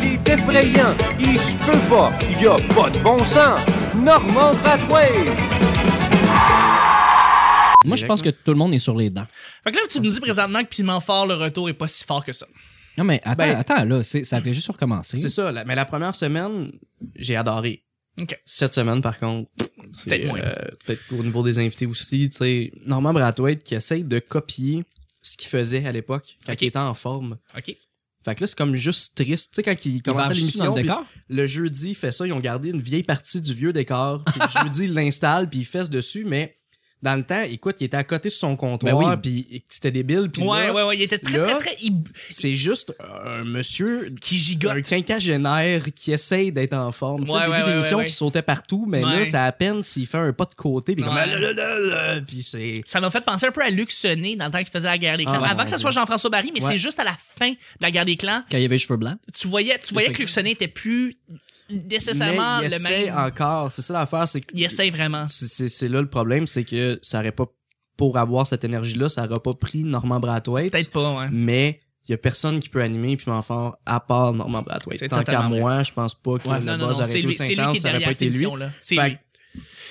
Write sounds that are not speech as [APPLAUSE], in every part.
c'est effrayant. Il se peut pas, il y a pas de bon sens. Normand Pathway. Moi, je pense que tout le monde est sur les dents. Fait que là, tu me dis présentement que Piment Fort, le retour, est pas si fort que ça. Non, mais attends, Ben- attends, là, c'est- ça fait juste recommencer. C'est ça, la- mais la première semaine, j'ai adoré. OK. Cette semaine, par contre, c'est Peut-être moins. euh, peut-être au niveau des invités aussi, tu sais, Norman Brathwaite qui essaye de copier ce qu'il faisait à l'époque quand Ok. il était en forme. OK. Fait que là, c'est comme juste triste. Tu sais, quand il Il va commençait enregistrer l'émission, dans le puis décor. le jeudi, il fait ça, ils ont gardé une vieille partie du vieux décor. Puis le jeudi, il l'installe, puis il fesse dessus, mais dans le temps, écoute, il était à côté sur son comptoir, Ben puis c'était débile. Puis ouais, là, ouais, ouais. Il était très, là- très, très. il- c'est juste un monsieur Qui un gigote. quinquagénaire qui essaye d'être en forme. tu sais, Ouais, au début ouais, ouais, d'émission ouais, qui ouais. sautait partout, mais Ouais. là, c'est à peine s'il fait un pas de côté, puis comme... Ouais. là, là, là, là, puis c'est... Ça m'a fait penser un peu à Luc Sonnet dans le temps qu'il faisait la guerre des clans. Ah, Avant que ça mon soit Jean-François Barry, mais Ouais. c'est juste à la fin de la guerre des clans, Quand il y avait les cheveux blancs. tu voyais, tu voyais que Luc Sonnet était plus nécessairement mais il le essaie même. encore, c'est ça l'affaire, c'est que... Il essaie vraiment. C'est- C'est c'est là le problème, c'est que ça aurait pas... Pour avoir cette énergie-là, ça aurait pas pris Norman Brathwaite, Peut-être pas, ouais. mais... Il y a personne qui peut animer puis m'en faire à part Norman Brathwaite. C'est Tant qu'à totalement vrai. moi, je pense pas que Ouais, le non, non, buzz non, aurait c'est été lui, aussi c'est lui intense, qui est ça aurait pas derrière cette été lui. émission-là. C'est Fait lui.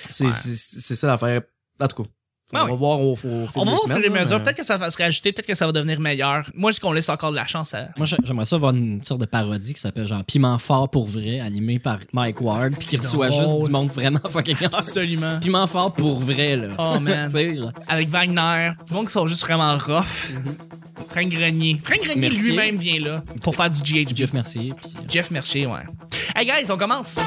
C'est Ouais. c'est- c'est ça l'affaire. En tout cas, Ouais, on ouais. va voir au, au fil On va des voir au fur et à semaines, là, mesure. mais- Peut-être que ça va se rajouter, peut-être que ça va devenir meilleur. Moi, je dis qu'on laisse encore de la chance à. Moi, j'a- j'aimerais ça voir une sorte de parodie qui s'appelle genre Piment Fort pour vrai, animé par Mike Ward, puis qui reçoit drôle. juste du monde vraiment fucking Ah. hard. Absolument. Piment Fort pour vrai, là. Oh, man. [LAUGHS] Tu sais, là. Avec Wagner, du monde qui sont juste vraiment rough. Frank Grenier. Frank Grenier Mercier. lui-même vient là pour faire du GHB. Jeff Mercier, puis. euh, Jeff Mercier, ouais. Hey guys, on commence.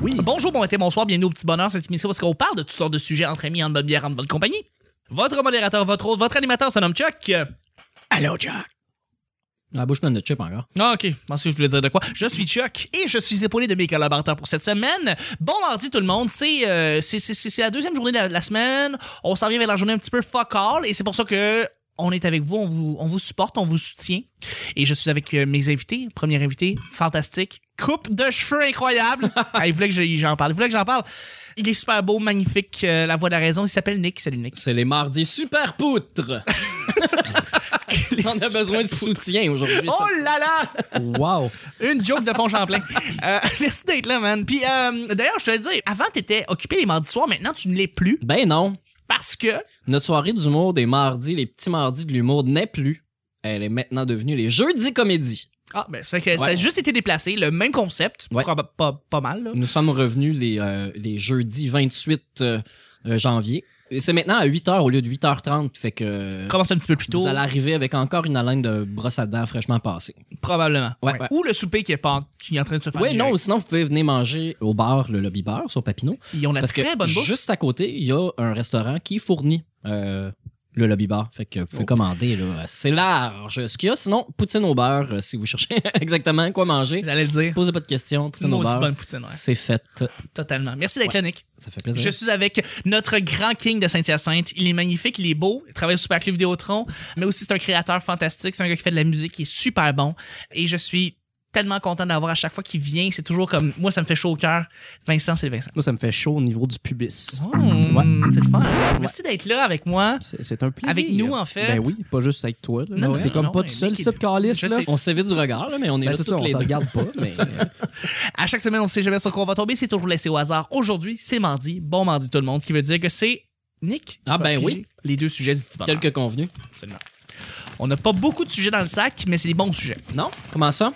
Oui. Bonjour, bon été, bonsoir, bienvenue au petit bonheur cette émission parce qu'on parle de toutes sortes de sujets entre amis, en bonne bière, en bonne compagnie. Votre modérateur, votre hôte, votre animateur se nomme Chuck. Euh, Allô, Chuck. dans La bouche pleine de chips encore. Ah, ok, je pensais que je voulais dire de quoi. Je suis Chuck et je suis épaulé de mes collaborateurs pour cette semaine. Bon mardi tout le monde, c'est euh, c'est- c'est- c'est- c'est la deuxième journée de la, de la semaine. On s'en vient vers la journée un petit peu fuck all et c'est pour ça que on est avec vous, on vous, on vous supporte, on vous soutient. Et je suis avec euh, mes invités. Premier invité, fantastique. Coupe de cheveux incroyable. ah, il voulait que je- j'en parle. Il voulait que j'en parle. Il est super beau, magnifique, euh, la voix de la raison. Il s'appelle Nick. Salut [LAUGHS] Nick. C'est les mardis super [LAUGHS] poutres. On a besoin de soutien aujourd'hui. Oh ça. là là! [LAUGHS] Wow! Une joke de Pont-Champlain. Euh, [LAUGHS] merci d'être là, man. Puis euh, d'ailleurs, je te le dis, avant, t'étais occupé les mardis soirs. Maintenant, tu ne l'es plus Ben non. parce que Notre soirée d'humour des mardis, les petits mardis de l'humour n'est plus. Elle est maintenant devenue les jeudis comédie. ah ben ça, fait que ça a juste été déplacé. Le même concept, Ouais. proba- pas, pas mal. Là. Nous sommes revenus les, euh, les jeudis 28 euh, euh, janvier. Et C'est maintenant à 8h au lieu de 8h30. Fait que euh, Commence un petit peu plus tôt, vous allez arriver avec encore une haleine de brosse à dents fraîchement passée. probablement. Ouais, ouais. Ou le souper qui est pas, qui est en train de se faire. Ouais, gérer. non, sinon vous pouvez venir manger au bar, le lobby bar sur Papineau. Ils ont la Parce que très bonne bouffe. juste à côté, il y a un restaurant qui fournit euh, le lobby bar. Fait que vous Oh. pouvez commander, là. C'est large. Ce qu'il y a, sinon, poutine au beurre, euh, si vous cherchez [LAUGHS] exactement quoi manger. J'allais le dire. Posez pas de questions, poutine au Maudite beurre. bonne poutine, ouais. C'est fait. Totalement. Merci d'être là, Nick. Ça fait plaisir. Je suis avec notre grand king de Saint-Hyacinthe. Il est magnifique, il est beau, il travaille super Clip Vidéotron, mais aussi c'est un créateur fantastique, c'est un gars qui fait de la musique qui est super bon et je suis tellement content d'avoir à chaque fois qu'il vient, c'est toujours comme moi ça me fait chaud au cœur. Vincent, c'est le Vincent. Moi, ça me fait chaud au niveau du pubis. Ouais. Ouais. Hmm, C'est le fun. Merci d'être là avec moi. C'est c'est un plaisir. Avec nous, en fait. Ben oui, pas juste avec toi. Là. Non, T'es non, comme non, pas mais tout seul, Nick est- cette calice, Je là. sais. On s'évite du regard, là, mais on est Ben, là c'est toutes ça, on les se deux. regarde [LAUGHS] pas, mais... euh, À chaque semaine, on sait jamais sur quoi on va tomber, c'est toujours laissé au hasard. Aujourd'hui, c'est mardi. Bon mardi tout le monde, qui veut dire que c'est Nick. qui Ah, va ben piger oui. Les deux sujets du petit bonheur. Tel que convenu. Absolument. On n'a pas beaucoup de sujets dans le sac, mais c'est des bons sujets. Non? Comment ça?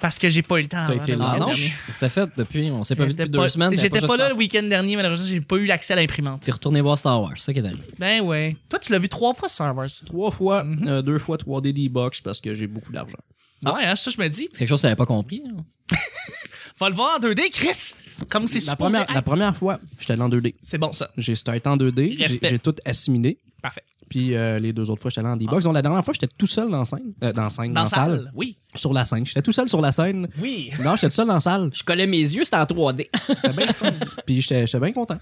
Parce que j'ai pas eu le temps. T'as avant été de là. le Ah faire non? dernier. C'était fait depuis, on s'est pas vu J'étais depuis pas- deux semaines. t'avais J'étais pas, juste là ça. le week-end dernier, malheureusement, j'ai pas eu l'accès à l'imprimante. T'es retourné voir Star Wars, c'est ça qui est arrivé. Ben ouais. Toi, tu l'as vu trois fois Star Wars. Trois fois, Mhm. euh, deux fois 3D D-Box parce que j'ai beaucoup d'argent. Ouais, hein, ça, je me dis. C'est quelque chose que t'avais pas compris. hein? Va le voir en 2D, Chris! Comme c'est La supposé première, être. la première fois, j'étais allé en 2D. C'est bon, ça. J'ai starté en 2D, j'ai- Respect. j'ai tout assimilé. Parfait. Puis euh, les deux autres fois, j'étais allé en D-Box. Donc la dernière fois, j'étais tout seul dans la scène. euh, dans la scène, Ah. Dans dans, la la salle. salle. Oui. Sur la scène. J'étais tout seul sur la scène. Oui. Non, j'étais tout seul dans la salle. Je collais mes yeux, c'était en 3D. J'étais bien fun. Puis j'étais j'étais bien content.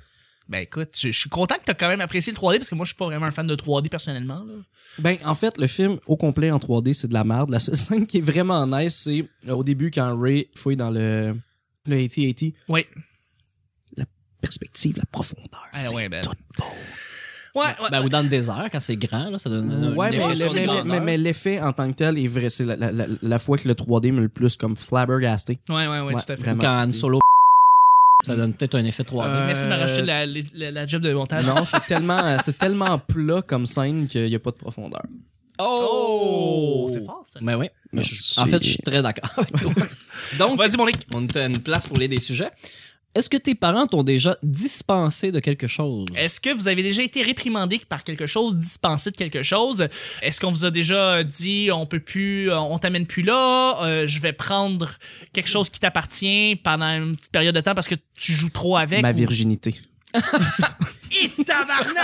Ben écoute, je, je suis content que t'as quand même apprécié le 3D parce que moi, je suis pas vraiment un fan de 3D personnellement. là. Ben, en fait, le film au complet en 3D, c'est de la merde. La seule [LAUGHS] scène qui est vraiment nice, c'est euh, au début quand Ray fouille dans le, le AT-AT, Oui. perspective. active la profondeur. Ah c'est ouais, ben. tout beau. Ouais, ouais. [LAUGHS] Ben, ou dans le désert, quand c'est grand, là, ça donne un- Ouais, un mais, effet le- sur mais- les mais- mais l'effet en tant que tel est vrai. C'est la, la- la- la fois que le 3D me le plus comme flabbergasté. ouais, ouais, ouais, Ouais, tout à fait. vraiment. Quand Han Solo, ça donne peut-être un effet 3D. Euh, Merci de me racheter la, la, la- la job de montage. Non, c'est tellement, euh, c'est tellement plat comme scène qu'il n'y a pas de profondeur. Oh! C'est fort, ça. Mais Ben oui. Mais je- en Merci. fait, je suis très d'accord avec [LAUGHS] toi. Donc, Vas-y, Monique. on a une place pour les des sujets. Est-ce que tes parents t'ont déjà dispensé de quelque chose? Est-ce que vous avez déjà été réprimandé par quelque chose, dispensé de quelque chose? Est-ce qu'on vous a déjà dit on peut plus, euh, on t'amène plus là, euh, je vais prendre quelque chose qui t'appartient pendant une petite période de temps parce que tu joues trop avec? Ma ou- virginité. Hi, tabarnak!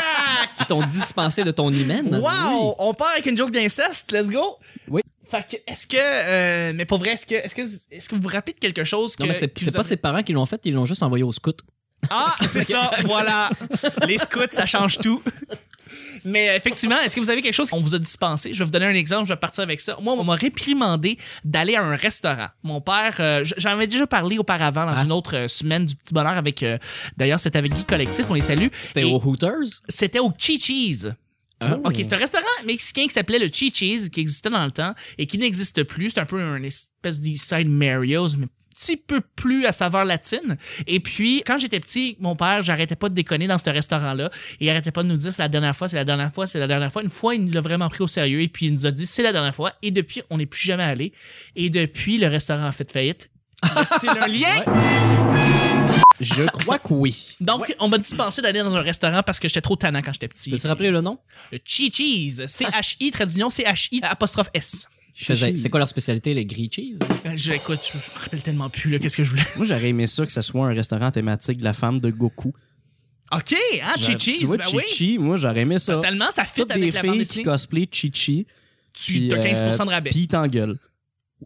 [LAUGHS] Qui t'ont dispensé de ton hymen? Wow! On part avec une joke d'inceste, let's go! Oui. Fait que, est-ce que, euh, mais pour vrai, est-ce que, est-ce que, est-ce que vous vous rappelez de quelque chose que. Non, mais c'est qui c'est vous pas a- ses parents qui l'ont fait, ils l'ont juste envoyé au scout. Ah, c'est ça, voilà. Les scouts, ça change tout. Mais euh, effectivement, est-ce que vous avez quelque chose qu'on vous a dispensé? Je vais vous donner un exemple, je vais partir avec ça. Moi, on m'a réprimandé d'aller à un restaurant. Mon père, euh, j- j'en avais déjà parlé auparavant dans Ah. une autre euh, semaine du Petit Bonheur avec... euh, D'ailleurs, c'était avec Guy Collectif, on les salue. C'était Et au Hooters. C'était au Chi-Cheese. Ah. Oh, OK, c'est un restaurant mexicain qui s'appelait le Chi-Cheese, qui existait dans le temps et qui n'existe plus. C'est un peu une espèce d'Eastside Mario's, mais un petit peu plus à saveur latine. Et puis, quand j'étais petit, mon père, j'arrêtais pas de déconner dans ce restaurant-là. Et il arrêtait pas de nous dire, c'est la dernière fois, c'est la dernière fois, c'est la dernière fois. Une fois, il nous l'a vraiment pris au sérieux et puis il nous a dit, c'est la dernière fois. Et depuis, on n'est plus jamais allé. Et depuis, le restaurant a fait faillite. C'est un lien. Je crois que oui. Donc, on m'a dispensé d'aller dans un restaurant parce que j'étais trop tannant quand j'étais petit. Peux-tu rappeler le nom? Le Chi-Cheese. C-H-I, traduction, C-H-I, apostrophe S. Euh, Je faisais- C'est quoi leur spécialité, les grilled cheese? Je, écoute, je me rappelle tellement plus, là, qu'est-ce que je voulais. Moi, j'aurais aimé ça que ce soit un restaurant thématique de la femme de Goku. OK, hein, Tu Chi-Chi, vois, ben oui. Chichi, moi, j'aurais aimé ça. Totalement, ça fit Toutes avec des la bande filles qui dessinée. cosplayent Chichi. Tu as puis, euh, 15 de Puis rabais. ils t'engueulent.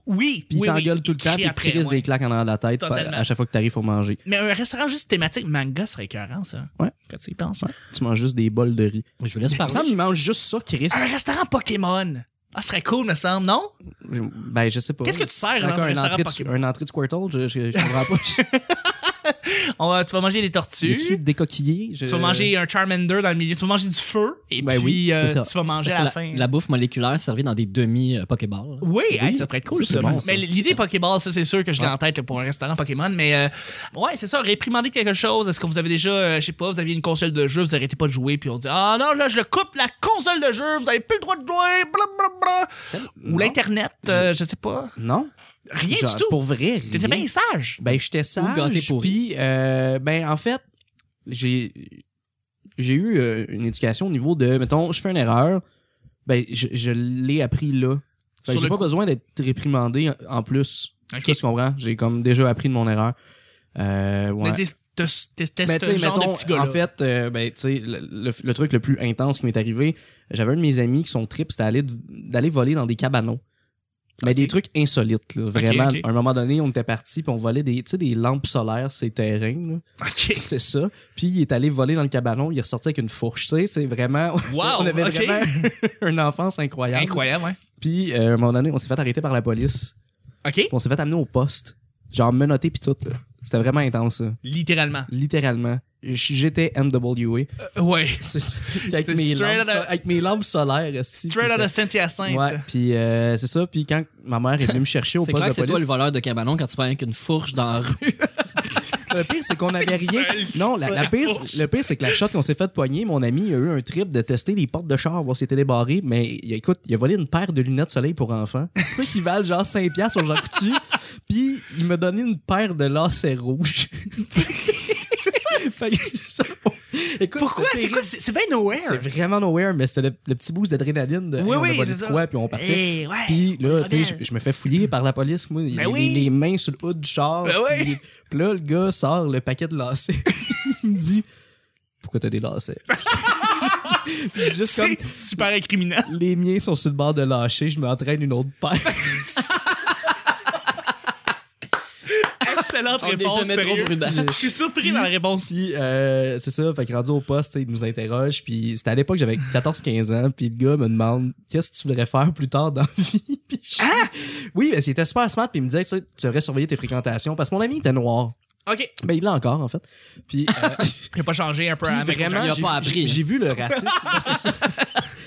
oui, Puis ils oui, oui. t'engueulent tout le Écrit temps. Puis ils te après, crissent ouais. des claques en arrière de la tête Totalement. à chaque fois que t'arrives pour manger. Mais un restaurant juste thématique manga serait écœurant, ça. Ouais. Quand tu y penses. Tu manges juste des bols de riz. Ah, Je vous laisse Il me parler. semble qu'ils mangent juste ça, Chris. Un restaurant Pokémon. Ah, ce serait cool, me semble, non? Ben, je sais pas. Qu'est-ce que tu sers, là, Encore dans un un restaurant entrée, de, Pokémon? un entrée de Squirtle, je, je, je comprends pas. [LAUGHS] [LAUGHS] On va- tu vas manger des Y tortues. a-tu Tu décoquillé? vas manger un Charmander dans le milieu. Tu vas manger du feu. Et Ben puis, oui, c'est euh, ça. tu vas manger C'est à la, la, fin. la bouffe moléculaire servie dans des demi-pokéballs. Oui, hey, ça pourrait être cool, Ça, ça. c'est bon, ça. Mais l'idée Pokéball, ça, c'est sûr que je l'ai en tête là, pour un restaurant Pokémon. Mais euh, ouais, c'est ça, réprimander quelque chose. Est-ce que vous avez déjà, euh, je sais pas, vous aviez une console de jeu, vous arrêtez pas de jouer, puis on dit Ah non, là, je coupe la console de jeu, vous avez plus le droit de jouer, blablabla. euh, Ou Non. l'Internet, euh, je sais pas. Non? Rien Genre, du tout. Pour vrai, T'étais rien. bien sage. Ben, j'étais gâté sage, pourri. puis euh, ben, en fait, j'ai j'ai eu euh, une éducation au niveau de, mettons, je fais une erreur, ben, je, je l'ai appris là. Fait que Sur j'ai le pas coup. besoin d'être réprimandé en- en plus. Je sais Ok. pas si tu comprends. J'ai comme déjà appris de mon erreur. Euh, ouais. Mais t'es- t'es- t'es- Mais t'es tu ce sais, genre mettons, de petit gars en fait, euh, ben, tu sais, le, le- le truc le plus intense qui m'est arrivé, j'avais un de mes amis qui son trip, c'était aller- d'aller voler dans des cabanons. Mais des trucs insolites, là, vraiment. ok. À un moment donné, on était parti puis on volait des, tu sais, des lampes solaires, ces terrains. là. Ok. C'est ça. Puis il est allé voler dans le cabanon, il est ressorti avec une fourche. Tu sais, c'est vraiment. [LAUGHS] Wow, on avait ok. vraiment [LAUGHS] une enfance incroyable. Incroyable, ouais. Puis euh, à un moment donné, on s'est fait arrêter par la police. Ok. Puis on s'est fait amener au poste. Genre menotté puis tout. là. C'était vraiment intense, ça. Littéralement. Littéralement. J- J'étais NWA. Euh, ouais. C'est ça. Puis avec, C'est mes straight lampes, outta- so- avec mes lampes solaires. esti, puis Straight out of c'était- Saint-Hyacinthe. Ouais, puis euh, c'est ça. Puis quand ma mère est venue me chercher au C'est poste clair de que c'est toi le police, voleur de cabanon quand tu parles avec une fourche dans [LAUGHS] la rue. le pire, c'est qu'on n'avait rien. seul. Non, la, la La pire, fourche. le pire, c'est que la shot qu'on s'est fait poigner, mon ami il a eu un trip de tester les portes de char, voir si c'était débarré. Mais il a- écoute, il a volé une paire de lunettes soleil pour enfants, [LAUGHS] tu sais, qui valent genre 5$ piastres au Jean [LAUGHS] Coutu. Puis il m'a donné une paire de lacets rouges. [LAUGHS] Fait que ça- écoute, Pourquoi? c'était C'est quoi? C'est c'est bien nowhere. C'est vraiment nowhere, mais c'était le, le petit boost d'adrénaline de Oui, hey, on oui, a volé c'est de ça. quoi, puis on partait. Eh, ouais. Puis là, on tu sais, est- je- je me fais fouiller par la police, moi, les, oui. les- les mains sur le haut du char. Ben oui. puis- Puis là, le gars sort le paquet de [LAUGHS] lacets. Il me dit Pourquoi t'as des lacets Puis Juste comme C'est [LAUGHS] super incriminant. [LAUGHS] les miens sont sur le bord de lâcher, je m'entraîne une autre paire. Excellente On est réponse, jamais trop sérieux. [LAUGHS] prudent. Je suis surpris dans la réponse. Puis euh, c'est ça, fait que rendu au poste, tu sais, il nous interroge. Puis c'était à l'époque, j'avais 14-15 ans. Puis le gars me demande Qu'est-ce que tu voudrais faire plus tard dans la [LAUGHS] vie Ah! Puis je- Oui, parce qu'il était super smart. Puis il me disait Tu sais, tu devrais surveiller tes fréquentations. Parce que mon ami était noir. OK. Ben, il l'a encore, en fait. Puis, [LAUGHS] euh, J'ai pas changé un peu puis à American vraiment, il a j'ai- pas appris, j'ai- hein. j'ai vu le racisme. [LAUGHS] Ben, c'est ça.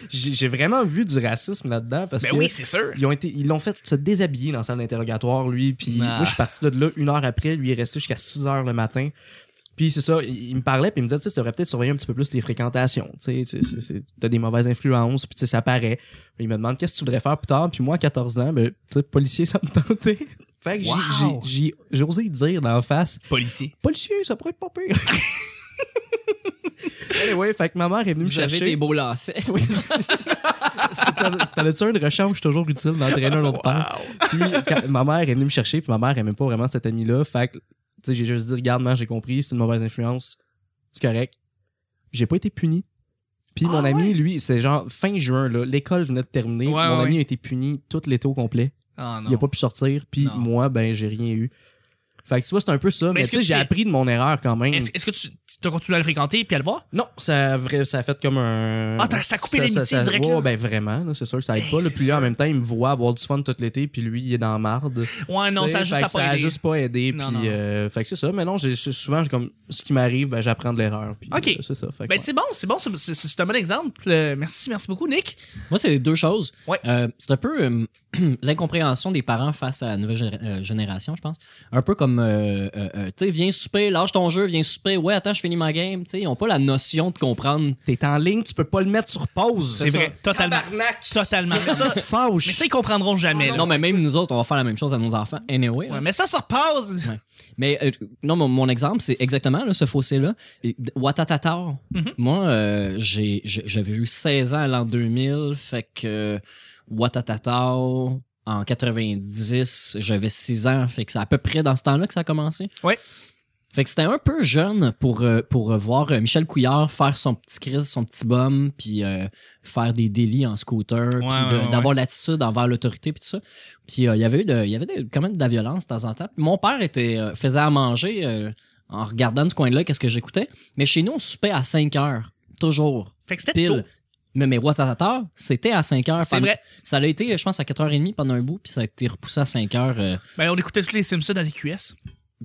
J'ai j'ai vraiment vu du racisme là-dedans parce Ben que oui, c'est sûr. ils ont été, ils l'ont fait se déshabiller dans la salle d'interrogatoire, lui. Puis Ah. Bah. moi, je suis parti de là une heure après. Lui, il est resté jusqu'à 6 heures le matin. Puis c'est ça, il, il me parlait, puis il me disait, tu sais, tu devrais peut-être surveiller un petit peu plus tes fréquentations. Tu sais, c'est- c'est- c'est- t'as des mauvaises influences, puis tu sais, ça paraît. Il me demande, qu'est-ce que tu voudrais faire plus tard? Puis moi, à 14 ans, ben, tu sais, policier, ça me tentait. [LAUGHS] Fait que j'ai- Wow! j'ai- j'ai j'ai osé dire d'en face, Policier. policier, ça pourrait être pas pire. [LAUGHS] [LAUGHS] anyway, fait que ma mère est venue me Vous avez chercher. des beaux lacets. [LAUGHS] Oui, c'est- c'est- t'en- T'en as-tu un de rechange? Je suis toujours utile d'entraîner un autre père. Puis quand- ma mère est venue me chercher, puis ma mère aimait pas vraiment cet ami-là. Fait que, tu sais, j'ai juste dit, regarde, man, j'ai compris, c'est une mauvaise influence. C'est correct. J'ai pas été puni. Puis mon ami, lui, c'était genre fin juin, là. L'école venait de terminer. Ah Ouais, mon ouais, ami a été puni tout l'été au complet. Oh Il a pas pu sortir. Puis Non. moi, ben, j'ai rien eu. Fait que tu vois, c'est un peu ça. Mais, est-ce tu que sais, tu j'ai t'es- appris de mon erreur quand même. Est-ce est-ce que tu as continué à le fréquenter puis à le voir? Non, ça a, vrai- ça a fait comme un. Ah, t'as- ça a coupé les l'amitié direct, là. Oh, ben vraiment, là, c'est sûr que ça aide Hey, pas. Là, c'est puis là, en sûr. même temps, il me voit avoir du fun tout l'été, puis lui, il est dans la marde. Ouais, Ah, non, Tu sais, ça a juste fait à que ça pas a aider. juste pas aidé. Non, puis, non. euh, fait que c'est ça. Mais non, j'ai- c'est- souvent, j'ai comme, ce qui m'arrive, ben, j'apprends de l'erreur. Puis, Ok. euh, c'est ça. Fait que, Ben ouais. c'est bon, c'est bon, c'est- c'est c'est un bon exemple. Euh, Merci, merci beaucoup, Nick. Moi, c'est deux choses. Ouais. Euh, c'est un peu euh, [CLEARS THROAT] l'incompréhension des parents face à la nouvelle géné- euh, génération, je pense. Un peu comme, euh, euh, euh, tu sais, viens souper, lâche ton jeu, viens souper. Ouais, attends, je finis ma game. Tu sais, ils ont pas la notion de comprendre. T'es en ligne, tu peux pas le mettre sur pause. C'est vrai, totalement. Totalement. Mais ça, mais Fauche. ça, ils comprendront jamais. là. Ah, Non, mais même nous autres, on va faire la même chose à nos enfants. Anyway. là. Ouais, mais ça se repose. Mais euh, non, mon, mon exemple, c'est exactement là, ce fossé-là. Et- Watatata. Moi, euh, j'ai- j'ai- j'avais eu 16 ans à l'an 2000, fait que Watatata en 90, j'avais 6 ans, fait que c'est à peu près dans ce temps-là que ça a commencé. Ouais. Fait que c'était un peu jeune pour, euh, pour euh, voir euh, Michel Couillard faire son petit crise, son petit bum, puis euh, faire des délits en scooter, puis ouais, de- ouais. d'avoir l'attitude envers l'autorité, puis tout ça. Puis euh, il y avait eu de, il y avait de- quand même de la violence de temps en temps. Puis mon père était, euh, faisait à manger euh, en regardant de ce coin-là, qu'est-ce que j'écoutais. Mais chez nous, on soupait à 5 heures, toujours, Fait que c'était tôt. pile. Mais, mais Watatata, c'était à 5 heures. C'est Pendant- vrai. Ça a été, je pense, à 4h30 pendant un bout, puis ça a été repoussé à 5 heures euh, Ben on écoutait tous les Simpsons à l'EQS.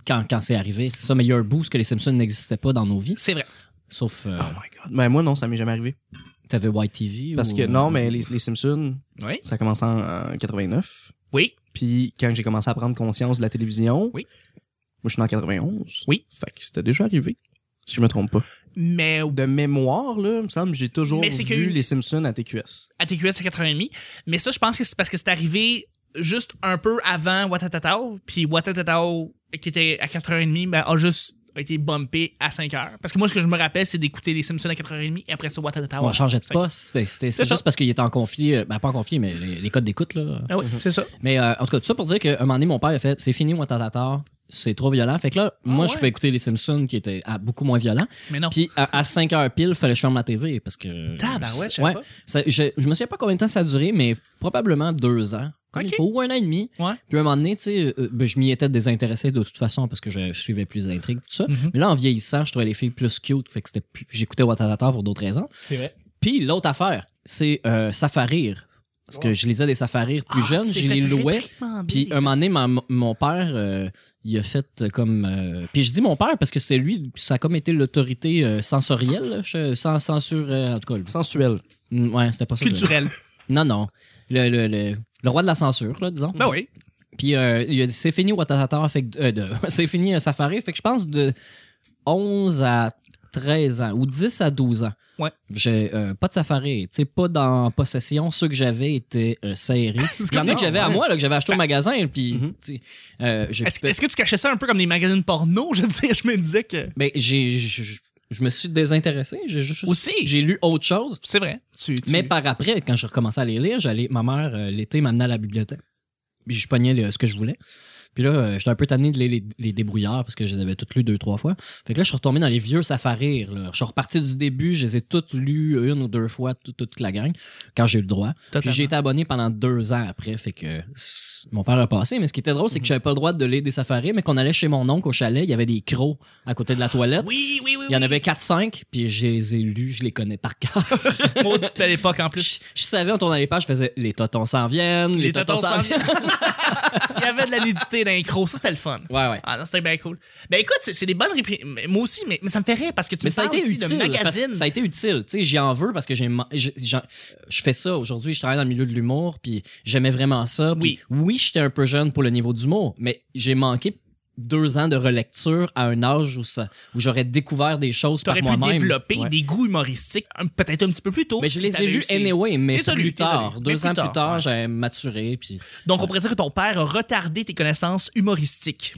quand, quand c'est arrivé. C'est ça, mais il y a un bout où ce que les Simpsons n'existaient pas dans nos vies. C'est vrai. Sauf, euh, Oh my god. Ben, moi, non, ça m'est jamais arrivé. t'avais White TV. Parce ou- euh, que, non, mais les, les Simpsons, Oui. ça a commencé en, en 89. Oui. Puis quand j'ai commencé à prendre conscience de la télévision, Oui. moi je suis né en 91. Oui. Fait que c'était déjà arrivé, si je me trompe pas. Mais De mémoire, là, il me semble, j'ai toujours Mais c'est vu que- les Simpsons à TQS. à TQS à 4h30. Mais ça, je pense que c'est parce que c'est arrivé juste un peu avant Watatatao. Puis Watatatao, qui était à 4h30, ben, a juste été bumpé à 5h. Parce que moi, ce que je me rappelle, c'est d'écouter les Simpsons à 4h30 et après ça, Watatatao. On changeait de Cinq heures. poste. C'était- c'était- C'est ça. juste parce qu'il était en conflit. euh, Ben, pas en conflit, mais les, les codes d'écoute, là. Ah oui, c'est ça. Mais euh, en tout cas, tout ça pour dire qu'à un moment donné, mon père a fait c'est fini, Watatata. C'est trop violent. Fait que là, Ah moi, je ouais. peux écouter les Simpsons qui étaient ah, beaucoup moins violents. Mais non. Puis à, 5 heures pile, fallait que je ferme ma TV parce que. Tabarouette, je je savais pas. ça- je, je me souviens pas combien de temps ça a duré, mais probablement deux ans. Comme Ok. il faut, ou un an et demi. Ouais. Puis à un moment donné, tu sais, euh, ben, je m'y étais désintéressé de toute façon parce que je, je suivais plus d'intrigues, tout ça. Mhm. Mais là, en vieillissant, je trouvais les filles plus cute. Fait que c'était plus- j'écoutais Watatata pour d'autres raisons. C'est vrai. Puis l'autre affaire, c'est euh, Safarir. Parce que je lisais des Safarir plus Ah, jeunes, tu t'es je les fait louais. réprimander, Puis les un moment donné, ma- mon père, euh, il a fait euh, comme. euh, puis je dis mon père parce que c'est lui, ça a comme été l'autorité euh, sensorielle, là, je- sans censure. euh, en tout cas, Sensuel. mm, ouais, c'était pas ça. culturel. [LAUGHS] le- Non, non. Le, le, le, le roi de la censure, là, disons. Ben oui. Puis euh, il a dit, c'est fini Watatata, fait que. euh, de- [LAUGHS] c'est fini euh, Safari, fait que je pense de 11 à 13 ans ou 10 à 12 ans. Ouais. J'ai euh, pas de Safari, tu sais, pas dans possession. Ceux que j'avais étaient [LAUGHS] euh, serrés. Il y en a comme- que j'avais à ouais. moi, là, que j'avais acheté Ça- au magasin, puis. tu sais, euh, j'ai- Est-ce est-ce que tu cachais ça un peu comme des magazines porno? [LAUGHS] Je veux dire, je me disais que. Ben, j'ai. je- je- Je me suis désintéressé. J'ai juste. Aussi. J'ai lu autre chose. C'est vrai. Tu, tu- Mais par après, quand j'ai recommencé à les lire, j'allais, ma mère, euh, l'été, m'amenait à la bibliothèque. Puis je pognais le- ce que je voulais. Puis là, euh, j'étais un peu tanné de les, les, les débrouillards parce que je les avais toutes lues deux, trois fois. Fait que là, je suis retombé dans les vieux safarir. là. Je suis reparti du début, je les ai toutes lues une ou deux fois, tout- toute la gang, quand j'ai eu le droit. Puis Totalement. j'ai été abonné pendant deux ans après. Fait que c'est- mon père a passé. Mais ce qui était drôle, Mhm. c'est que j'avais pas le droit de lire des safaris, mais qu'on allait chez mon oncle au chalet, il y avait des crocs à côté de la toilette. Oui, oui, oui. Il y en oui. avait 4-5, puis je les ai lus, je les connais par cœur. [LAUGHS] Maudite belle époque en plus. Je, je savais, on tournait les pages, je faisais les totons s'en viennent, les, totons s'en viennent. [LAUGHS] Il y avait de la nudité sauter d'un croc. Ça, c'était le fun. Ouais, ouais. Ah non, c'était bien cool. Ben écoute, c'est c'est des bonnes réprises. Moi aussi, mais, mais ça me fait rire parce que tu Mais me ça a parles été aussi de utile. parce magazine. que Ça a été utile. Tu sais, j'y en veux parce que j'ai, ma- j'ai- j'en- je fais ça aujourd'hui. Je travaille dans le milieu de l'humour, puis j'aimais vraiment ça. Puis oui, j'étais un peu jeune pour le niveau d'humour, mais j'ai manqué deux ans de relecture à un âge où ça, où j'aurais découvert des choses Tu aurais par pu moi-même. développer Ouais. des goûts humoristiques un- peut-être un petit peu plus tôt. Mais je si les ai t'avais eu lus ces- anyway, mais T'es salu, plus t'es tard, salu. Mais deux plus ans tard, plus tard, ouais. j'ai maturé, puis Donc, on pourrait dire que ton père a retardé tes connaissances humoristiques.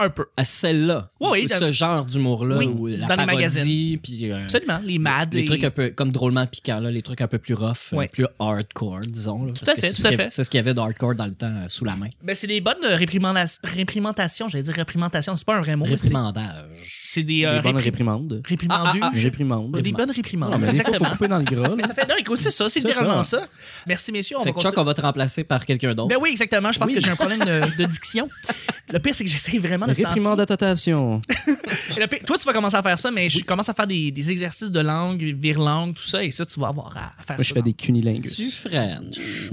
Un peu. à celle-là, Ouais, ouais, dans- ce genre d'humour-là, Oui, ou la dans les parodie, magazines. puis euh, Absolument. Les mad. Les et- trucs un peu comme drôlement piquant, là, les trucs un peu plus rough, euh, Ouais. plus hardcore, disons. là, Tout parce à que fait, c'est tout ce à qu'il y fait. avait- C'est ce qu'il y avait de hardcore dans le temps, euh, sous la main. Ben, c'est des bonnes euh, réprimanda- réprimandations. J'allais dire réprimandations. C'est pas un vrai mot. mais c'est- Réprimandage. C'est des, euh, Des bonnes réprim- réprimandes. réprimandus. Ah, ah, ah. Réprimandes. Des bonnes réprimandes. Non, mais des fois, faut Exactement. couper dans le [LAUGHS] gras. là. Mais ça fait. Non, écoute, c'est ça. C'est C'est littéralement ça. Merci, messieurs. On Fait va que Chuck, continuer. on va te remplacer par quelqu'un d'autre. Ben oui, exactement. Je pense que j'ai un problème de, [LAUGHS] de diction. Le pire, c'est que j'essaie vraiment de se Réprimande à [LAUGHS] tatation. Et le pire- Toi, tu vas commencer à faire ça, mais je commence à faire des, des exercices de langue, virelangue, tout ça, et ça, tu vas avoir à, à faire Moi, ça. je fais des Tu cunilingus. French.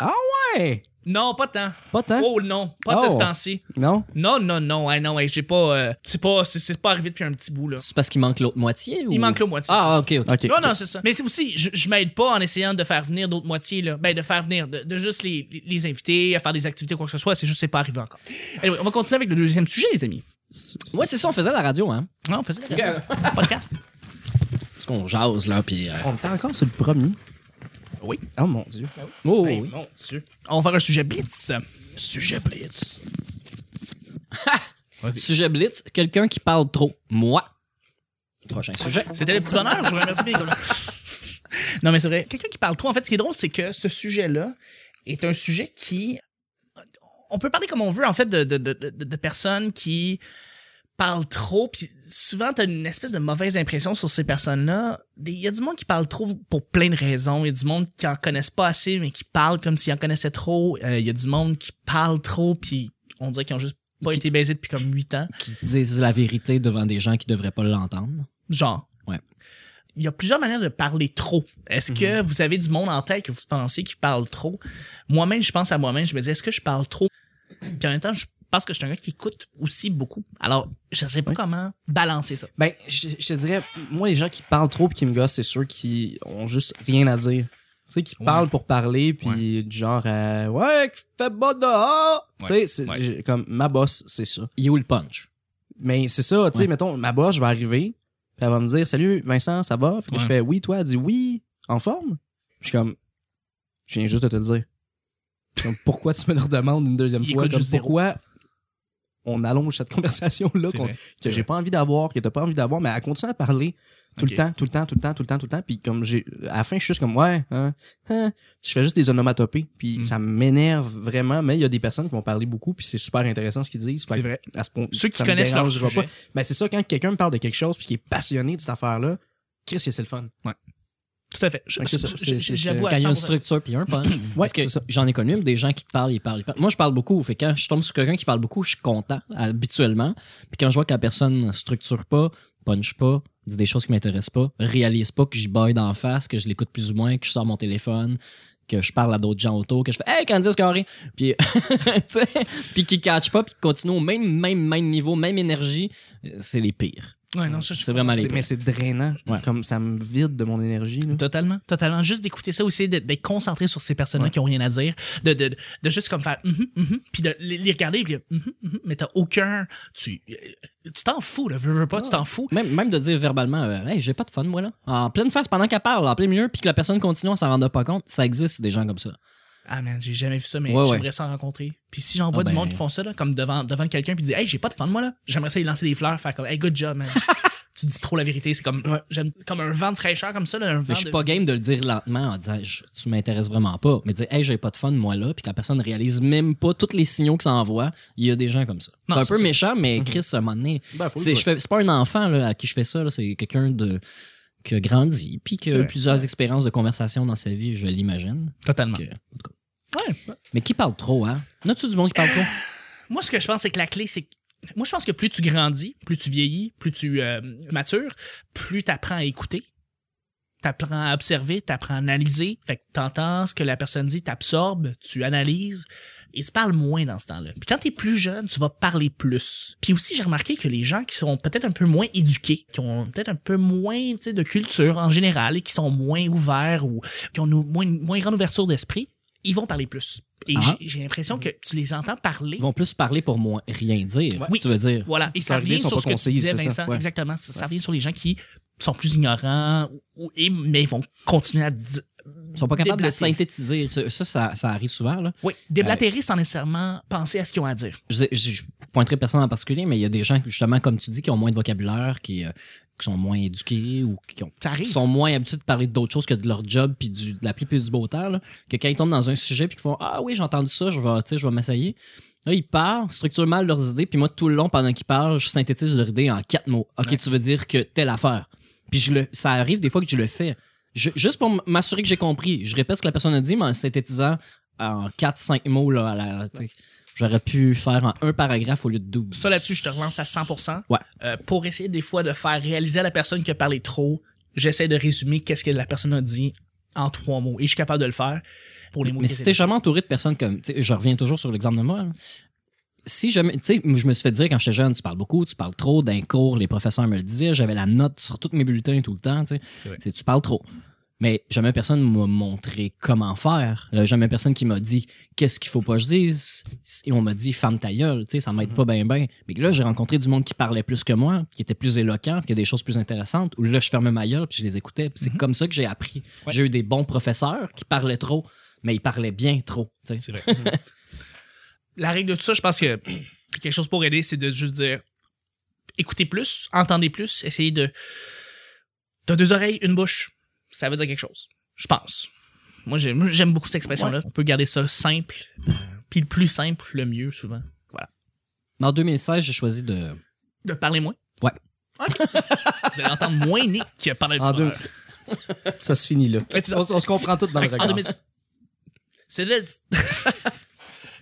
Ah ouais! Non, pas tant. Pas tant. Oh non, pas de Oh. ce temps-ci. Non? Non, non, non, hey, non, hey, j'ai pas. euh, c'est pas, c'est, c'est pas arrivé depuis un petit bout, là. C'est parce qu'il manque l'autre moitié? Ou... Il manque l'autre moitié, Ah, ok, ok. OK. non, non, c'est ça. Mais c'est aussi, je, je m'aide pas en essayant de faire venir d'autres moitiés, là. Ben, de faire venir, de, de juste les, les- les inviter, à faire des activités, quoi que ce soit. C'est juste, c'est pas arrivé encore. Anyway, on va continuer avec le deuxième sujet, les amis. Ouais, c'est ça, on faisait la radio, hein. Non, on faisait le reste. podcast. Parce qu'on jase, là, puis. euh, On était encore sur le premier. Oui. Oh mon Dieu. Oh, Hey, oui. Mon Dieu. On va faire un sujet blitz. Sujet Blitz. Sujet Blitz, quelqu'un qui parle trop. Moi. Prochain sujet. C'était le petit bonheur, je vous remercie bien. Non, mais c'est vrai. Quelqu'un qui parle trop, en fait, ce qui est drôle, c'est que ce sujet-là est un sujet qui. On peut parler comme on veut, en fait, de, de, de, de- de personnes qui parlent trop, puis souvent, t'as une espèce de mauvaise impression sur ces personnes-là. Des- Il y a du monde qui parle trop pour plein de raisons. Il y a du monde qui en connaissent pas assez, mais qui parle comme s'ils en connaissaient trop. Euh, Il y a du monde qui parle trop, puis on dirait qu'ils ont juste pas Qui- été baisés depuis comme 8 ans. Qui disent la vérité devant des gens qui devraient pas l'entendre. Genre. Ouais. Il y a plusieurs manières de parler trop. Est-ce que Mhm. vous avez du monde en tête que vous pensez qui parle trop? Moi-même, je pense à moi-même, je me dis, est-ce que je parle trop? Puis en même temps, je pense que je suis un gars qui écoute aussi beaucoup. Alors, je sais pas comment balancer ça. Ben, je, je te dirais, moi, les gens qui parlent trop et qui me gossent, c'est ceux qui ont juste rien à dire. Tu sais, qui parlent pour parler, puis du genre, euh, ouais, qui fait bon dehors. Tu sais, c'est- Ouais. j'ai- comme ma boss, c'est ça. Il est où le punch? Mais c'est ça, tu sais, Ouais. mettons, ma boss, je vais arriver, puis elle va me dire, salut Vincent, ça va? Fait que Ouais. je fais, oui, toi, elle dit, oui, en forme? Puis je suis comme, je viens juste de te le dire. Comme, pourquoi tu me le redemandes une deuxième Il fois? écoute Comme, juste zéro. pourquoi on allonge cette [LAUGHS] conversation-là qu'on- que j'ai pas envie d'avoir, que t'as pas envie d'avoir, mais elle continue à parler tout Ok. le temps, tout le temps, tout le temps, tout le temps, tout le temps, puis comme j'ai, à la fin, je suis juste comme, ouais, hein, hein. je fais juste des onomatopées, puis Mm. ça m'énerve vraiment, mais il y a des personnes qui vont parler beaucoup, puis c'est super intéressant ce qu'ils disent. Fait que vrai. à ce point- Ceux qui ça me connaissent leur dérangera sujet. pas. Ben, c'est ça, quand quelqu'un me parle de quelque chose puis qui est passionné de cette affaire-là, Chris, c'est le fun. Tout à fait. Je- Ok, je- ça, je- c'est- je- c'est- J'avoue à Quand il y a une 100%. structure puis un punch. [CLEARS THROAT] Ouais, Parce que c'est ça. j'en ai connu même des gens qui te parlent, ils parlent, ils parlent. Moi, je parle beaucoup. Fait que quand je tombe sur quelqu'un qui parle beaucoup, je suis content habituellement. Puis quand je vois que la personne structure pas, punch pas, dit des choses qui m'intéressent pas, réalise pas que j'y baille d'en face, que je l'écoute plus ou moins, que je sors mon téléphone, que je parle à d'autres gens autour, que je fais Hey, Candice Carré! Puis, [LAUGHS] tu sais, puis qui catch pas, puis qui continue au même, même, même niveau, même énergie, euh, c'est les pires. Ouais, non, ça, je- C'est vraiment les C'est- mais pires. c'est drainant. Ouais. Comme ça me vide de mon énergie. [LAUGHS] là. Totalement, totalement. Juste d'écouter ça aussi, d'être d'être concentré sur ces personnes-là qui ont rien à dire, de, de, de juste comme faire Mhm, mhm puis de les les regarder, puis de, Mhm, mhm mais t'as aucun, tu euh, tu t'en fous, là, veux, veux pas, tu t'en fous. Même, même de dire verbalement, euh, hey, j'ai pas de fun, moi, là. En pleine face, pendant qu'elle parle, en plein milieu, puis que la personne continue, on s'en rend pas compte. Ça existe, des gens comme ça. Ah man, j'ai jamais vu ça, mais Ouais, ouais. j'aimerais s'en rencontrer. Puis si j'en vois du ben. monde qui font ça, là, comme devant, devant quelqu'un, puis dit Hey, j'ai pas de fan, moi, là, j'aimerais ça lui lancer des fleurs, faire comme Hey, good job, man. [LAUGHS] tu dis trop la vérité, c'est comme, j'aime- comme un vent de fraîcheur, comme ça, là, un vent Mais je suis Ah, de- pas game de le dire lentement en disant, Je- tu m'intéresses vraiment pas. Mais dire, hey, j'ai pas de fun, moi, là, puis que la personne réalise même pas tous les signaux que ça envoie. Il y a des gens comme ça. Non, C'est un c'est peu ça. méchant, mais Chris, à un moment donné, Ben, faut le c'est je faire. fais- c'est pas un enfant là, à qui je fais ça, là, c'est quelqu'un de qui a grandi, puis qui C'est a eu vrai. plusieurs expériences de conversation dans sa vie, je l'imagine. Totalement. Ok. Ouais. Mais qui parle trop, hein? N'as-tu du monde qui parle trop? Moi, ce que je pense, c'est que la clé, c'est. que- Moi, je pense que plus tu grandis, plus tu vieillis, plus tu euh, matures, plus tu apprends à écouter. T'apprends à observer, t'apprends à analyser. Fait que t'entends ce que la personne dit, t'absorbes, tu analyses. Et tu parles moins dans ce temps-là. Puis quand t'es plus jeune, tu vas parler plus. Puis aussi, j'ai remarqué que les gens qui sont peut-être un peu moins éduqués, qui ont peut-être un peu moins tu sais, de culture en général et qui sont moins ouverts ou qui ont une moins, moins grande ouverture d'esprit, ils vont parler plus. Et Ah. j'ai- j'ai l'impression que tu les entends parler. Ils vont plus parler pour moins rien dire. Oui. Tu veux dire. Voilà. Et ça, Ça revient revient, sont sur pas ce que tu conseillés, disais, c'est ça, Vincent. ouais. Exactement. Ça, ça revient sur les gens qui sont plus ignorants, ou, et, mais ils vont continuer à di- Ils sont pas capables de Déblatérer. synthétiser. Ça, ça, ça- ça arrive souvent. Là. oui, déblatérer sans nécessairement penser à ce qu'ils ont à dire. Je, je, je pointerai personne en particulier, mais il y a des gens, justement, comme tu dis, qui ont moins de vocabulaire, qui, euh, qui sont moins éduqués ou qui, ont- Ça qui arrive. sont moins habitués de parler d'autres choses que de leur job puis du, de la pluie puis du beau temps. là, que quand ils tombent dans un sujet puis qu'ils font Ah oui, j'ai entendu ça, je vais, tu sais, je vais m'essayer. Là, ils parlent, structurent mal leurs idées, puis moi, tout le long, pendant qu'ils parlent, je synthétise leur idée en quatre mots. OK, Ouais. tu veux dire que telle affaire. Puis je le, ça arrive des fois que je le fais. Je- juste pour m- m'assurer que j'ai compris. Je répète ce que la personne a dit, mais en synthétisant en 4-5 mots, là, à la- tu sais, j'aurais pu faire en un paragraphe au lieu de 12. Ça, là-dessus, je te relance à 100%. Ouais. Euh, pour essayer des fois de faire réaliser à la personne qui a parlé trop, j'essaie de résumer qu'est-ce que la personne a dit en trois mots. Et je suis capable de le faire pour les mots Mais qui si étaient t'es jamais entouré de personnes comme. tu sais, Je reviens toujours sur l'exemple de moi. là. Si jamais. Tu sais, je me suis fait dire quand j'étais jeune, tu parles beaucoup, tu parles trop. D'un cours, les professeurs me le disaient, j'avais la note sur tous mes bulletins tout le temps. Tu sais. C'est vrai. C'est- tu parles trop. Mais jamais personne m'a montré comment faire. Euh, jamais personne qui m'a dit qu'est-ce qu'il faut pas que je dise. Et on m'a dit femme ta gueule, tu sais, ça Mhm. m'aide pas bien ben. Mais que là, j'ai rencontré du monde qui parlait plus que moi, qui était plus éloquent, qui a des choses plus intéressantes, où là, je fermais ma gueule puis je les écoutais. Puis c'est comme ça que j'ai appris. Mhm. Ouais. J'ai eu des bons professeurs qui parlaient trop, mais ils parlaient bien trop. tu sais. C'est vrai. [LAUGHS] la règle de tout ça, je pense que quelque chose pour aider, c'est de juste dire écoutez plus, entendez plus, essayez de. T'as deux oreilles, une bouche. Ça veut dire quelque chose. Je pense. Moi, j'aime moi, j'aime beaucoup cette expression-là. On peut garder ça simple. euh, Puis le plus simple, le mieux, souvent. Mais en 2016, j'ai choisi de. De parler moins. Ouais. Ok. Vous allez entendre moins Nick parler de En ça. deux- Ça se finit là. Ouais, c'est ça. On, on se comprend tout dans le Fait que en regard. 2006 C'est là. [LAUGHS]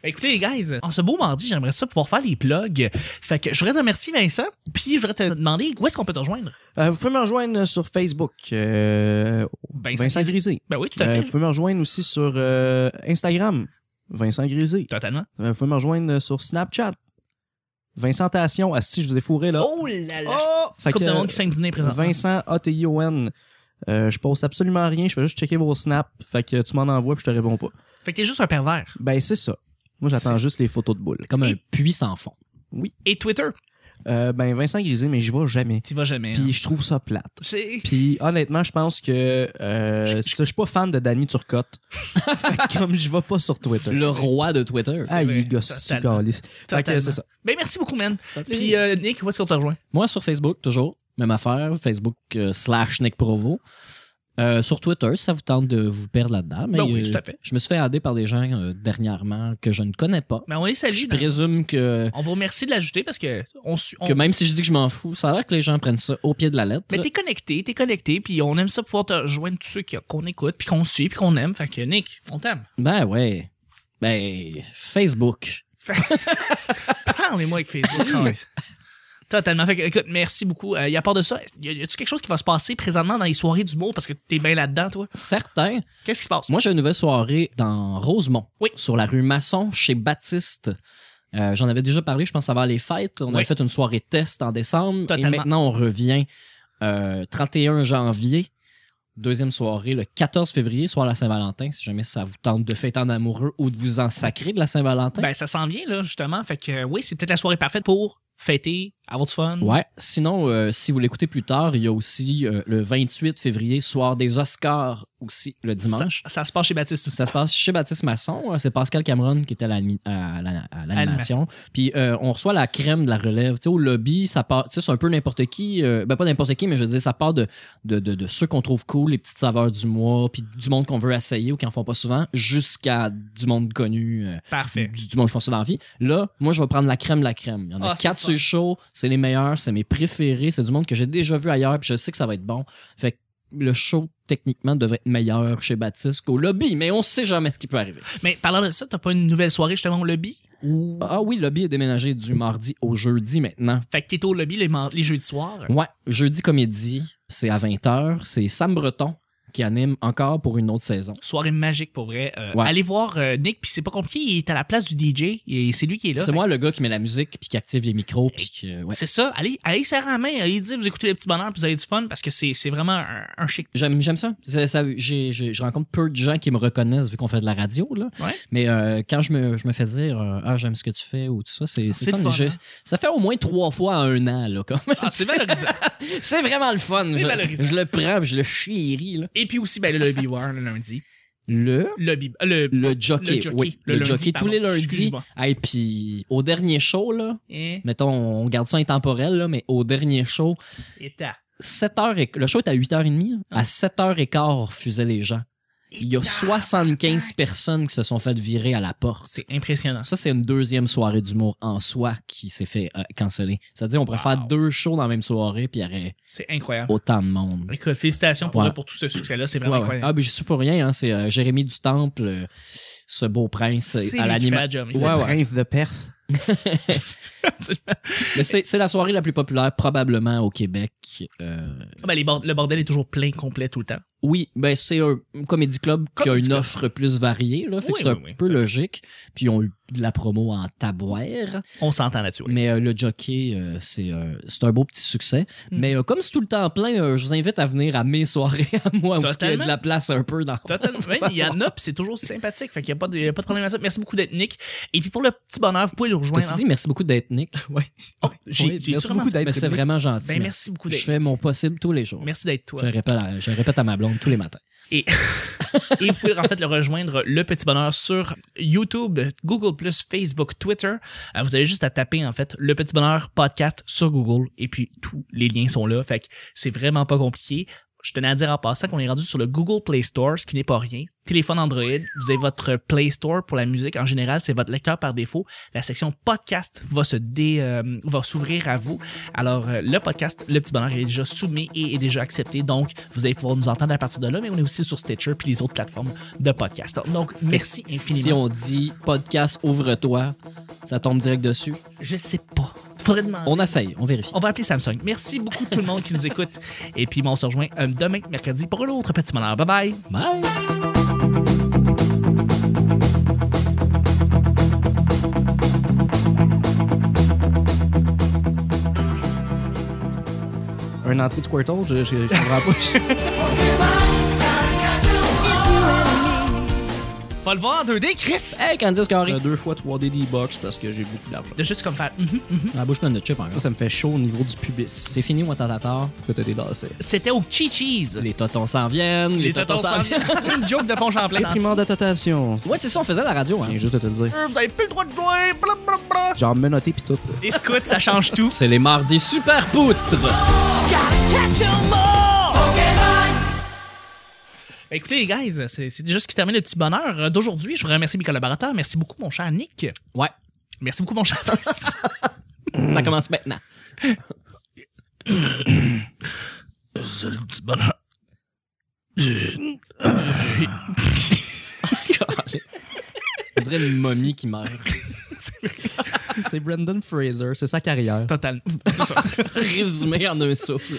Écoutez, les guys, en ce beau mardi, j'aimerais ça pouvoir faire les plugs. Fait que je voudrais te remercier, Vincent, puis je voudrais te demander où est-ce qu'on peut te rejoindre. Euh, vous pouvez me rejoindre sur Facebook. euh, Vincent. Vincent Grisé. Ben oui, tout à Euh, fait. vous pouvez me rejoindre aussi sur euh, Instagram. Vincent Grisé. Totalement. Euh, vous pouvez me rejoindre sur Snapchat. Vincent Tation. Asti, je vous ai fourré là. Oh là là! Oh! Fait coupe que, de monde qui s'aime dîner présent. Vincent A-T-I-O-N. Euh, je poste absolument rien, je fais juste checker vos snaps. Fait que tu m'en envoies puis je te réponds pas. Fait que t'es juste un pervers. Ben c'est ça. Moi j'attends juste les photos de boules. Comme un Et- puits sans fond. Et Twitter, Euh, ben Vincent Grisé, mais j'y vais jamais. t'y vas jamais. hein. Puis je trouve ça plate. C'est- Puis honnêtement, je pense que euh, je, je suis pas fan de Danny [LAUGHS] Turcotte. Fait que comme je vais pas sur Twitter. Le roi de Twitter. Ah, il vrai. est gosse Totalement. calice. Fait que Totalement. c'est ça. Ben merci beaucoup, man. Puis euh, Nick, où est-ce qu'on te rejoint? Moi, sur Facebook, toujours, même affaire, Facebook euh, slash Nick Provo. Euh, sur Twitter, si ça vous tente de vous perdre là-dedans. Mais Ben oui, euh, tout à fait. je me suis fait aider par des gens euh, dernièrement que je ne connais pas. Ben on est salut. Je présume que, On vous remercie de l'ajouter parce que on, su- on- que même si je dis que je m'en fous, ça a l'air que les gens prennent ça au pied de la lettre. Mais t'es connecté, t'es connecté, puis on aime ça pouvoir te rejoindre tous ceux qui- qu'on écoute, puis qu'on suit, puis qu'on aime. Fait que Nick, on t'aime. Ben ouais. Ben, Facebook. [LAUGHS] Parlez-moi avec [LAUGHS] Facebook. Carlis. Totalement. Fait que, écoute, merci beaucoup. Euh, et à part de ça, y a- y a-tu quelque chose qui va se passer présentement dans les soirées d'humour parce que t'es bien là-dedans, toi? Certains. Qu'est-ce qui se passe? Moi, j'ai une nouvelle soirée dans Rosemont. Oui. Sur la rue Masson, chez Baptiste. Euh, J'en avais déjà parlé, je pense, avant les fêtes. On Oui. avait fait une soirée test en décembre. Totalement. Et maintenant, on revient euh, 31 janvier. Deuxième soirée, le 14 février, soir à la Saint-Valentin, si jamais ça vous tente de fêter en amoureux ou de vous en sacrer de la Saint-Valentin. Ben, ça s'en vient, là, justement. Fait que, euh, oui, c'est peut-être la soirée parfaite pour fêter, avoir du fun. Ouais. Sinon, euh, si vous l'écoutez plus tard, il y a aussi euh, le 28 février, soir des Oscars, aussi le dimanche. Ça, ça se passe chez Baptiste aussi. Ça se passe chez Baptiste Masson. Euh, C'est Pascal Cameron qui était à l'admi- à la- à l'animation. Puis euh, on reçoit la crème de la relève. Tu sais, au lobby, ça part. Tu sais, c'est un peu n'importe qui. euh, ben, pas n'importe qui, mais je veux dire, ça part de, de, de, de ceux qu'on trouve cool, les petites saveurs du mois, puis du monde qu'on veut essayer ou qui en font pas souvent, jusqu'à du monde connu. euh, Parfait. du, du monde qui font ça dans la vie. Là, moi, je vais prendre la crème, la crème. Il y en a Ah, c'est quatre le fun. sur le show. C'est les meilleurs, c'est mes préférés. C'est du monde que j'ai déjà vu ailleurs, puis je sais que ça va être bon. Fait que le show, techniquement, devrait être meilleur chez Baptiste qu'au lobby, mais on sait jamais ce qui peut arriver. Mais parlant de ça, t'as pas une nouvelle soirée, justement, au lobby? Ou... Ah oui, le lobby est déménagé du mardi au jeudi maintenant. Fait que t'es au lobby les, mar- les jeudis soirs. Ouais, jeudi comédie, c'est à 20h. C'est Sam Breton qui anime encore pour une autre saison. Soirée magique pour vrai. Euh, Ouais. Allez voir euh, Nick, puis c'est pas compliqué, il est à la place du DJ et c'est lui qui est là. C'est moi le gars qui met la musique puis qui active les micros puis que, ouais. C'est ça. Allez, allez serrer la main, allez dire, vous écoutez les petits bonheurs, puis vous avez du fun parce que c'est c'est vraiment un, un chic. J'aime, j'aime ça. Ça- ça- j'ai- j'ai- je rencontre peu de gens qui me reconnaissent vu qu'on fait de la radio. Là. Ouais. Mais euh, quand je me, je me fais dire euh, Ah, j'aime ce que tu fais ou tout ça, c'est, c'est fun. le fun, Je- hein? Ça fait au moins trois fois en un an. Là, quand même. Ah, c'est [LAUGHS] valorisant. c'est vraiment le fun. C'est je, valorisant. je le prends puis je le chéris. Là. Et puis aussi, ben, le lobby war le lundi. Le, Le, bi- le, le jockey. Le jockey, oui. le Le, lundi, jockey pardon. tous les lundis. Excuse-moi. Et puis au dernier show, là, et, mettons, on garde ça intemporel, là, mais au dernier show, et ta. 7 heures et- le show est à 8h30. là. Ah. À 7h15, refusaient les gens. Il y a 75 personnes qui se sont faites virer à la porte. C'est impressionnant. Hein? Ça, c'est une deuxième soirée d'humour en soi qui s'est fait euh, canceller. C'est-à-dire, on pourrait Wow. faire deux shows dans la même soirée, puis il y aurait C'est incroyable. autant de monde. Écoute, félicitations pour, Ouais. eux, pour tout ce succès-là. C'est Ouais, vraiment ouais. incroyable. Ah, ben, je suis pour rien, hein. c'est euh, Jérémy du Temple, euh, ce beau prince euh, C'est à lui qui fait l'animation. la job. Il Ouais, ouais. Prince de Perse. Mais c'est c'est la soirée la plus populaire, probablement, au Québec. Euh, Ah, ben, les bord- le bordel est toujours plein, complet tout le temps. Oui, ben c'est un comédie club qui a Comedy une club. offre plus variée, là, fait Oui, que c'est oui, un oui, peu tout à fait. logique. Puis ils ont eu de la promo en tabouère, On s'entend là-dessus. oui. mais euh, le jockey, euh, c'est euh, c'est un beau petit succès. Mm. Mais euh, comme c'est tout le temps plein, euh, je vous invite à venir à mes soirées [LAUGHS] à moi, où il y a Totalement. de la place un peu dans... Totalement. Ouais, Il y en a, puis c'est toujours sympathique. Fait qu'il n'y a, pas de- il y a pas de problème à ça. Merci beaucoup d'être Nick. Et puis pour le petit bonheur, vous pouvez le rejoindre. T'as-tu dit merci beaucoup d'être Nick? Oh, j'ai- Oui, [LAUGHS] j'ai merci sûrement beaucoup dit- d'être Ben, c'est Nick. vraiment gentil. Ben, man. merci beaucoup Je d'être fais mon possible tous les jours. Merci d'être toi. Je répète, à, je répète à ma blonde tous les matins. Et vous pouvez en fait le rejoindre, le petit bonheur, sur YouTube, Google, Facebook, Twitter. Euh, Vous avez juste à taper en fait le petit bonheur podcast sur Google et puis tous les liens sont là. Fait que c'est vraiment pas compliqué. Je tenais à dire en passant qu'on est rendu sur le Google Play Store, ce qui n'est pas rien. Téléphone Android, vous avez votre Play Store pour la musique. En général, c'est votre lecteur par défaut. La section podcast va se dé, euh, va s'ouvrir à vous. Alors, euh, le podcast, le petit bonheur, est déjà soumis et est déjà accepté. Donc, vous allez pouvoir nous entendre à partir de là, mais on est aussi sur Stitcher puis les autres plateformes de podcast. Donc, merci Si infiniment. on dit podcast ouvre-toi, ça tombe direct dessus. Je sais pas. Faudrait demander. On essaye, on vérifie. On va appeler Samsung. Merci beaucoup tout le monde qui nous écoute. Et puis, on se rejoint euh, demain, mercredi, pour l'autre petit bonheur. Bye bye. Bye! Un entrée de Squirtle, je, je, je comprends pas. Faut le voir en 2D, Chris. Hey, Candice Carré! Euh, deux fois 3D D-Box parce que j'ai beaucoup d'argent. De juste comme faire. Mhm, mhm. La bouche pleine de chips Ça, encore. ça me fait chaud au niveau du pubis. C'est fini, Watatata. Pourquoi t'as des lacets? C'était au Chi Cheese. Les totons s'en viennent. Les, totons s'en viennent. [LAUGHS] Une joke de pont Champlain. Déprimant de datation. Ouais, c'est ça, on faisait la radio. Je Hein. viens juste de te le dire. Vous avez plus le droit de jouer. Blablabla. Genre menotté pis tout. Les scouts, ça change tout. C'est les mardis super poutres. Ben, Écoutez, les guys, c'est c'est déjà ce qui termine le petit bonheur euh, d'aujourd'hui. Je voudrais remercier mes collaborateurs. Merci beaucoup, mon cher Nick. Ouais, Merci beaucoup, mon cher Vince. ça commence maintenant. C'est le [LAUGHS] petit bonheur. On dirait une momie qui meurt. [LAUGHS] C'est Brendan Fraser, c'est sa carrière. [LAUGHS] Total. Résumé en un souffle.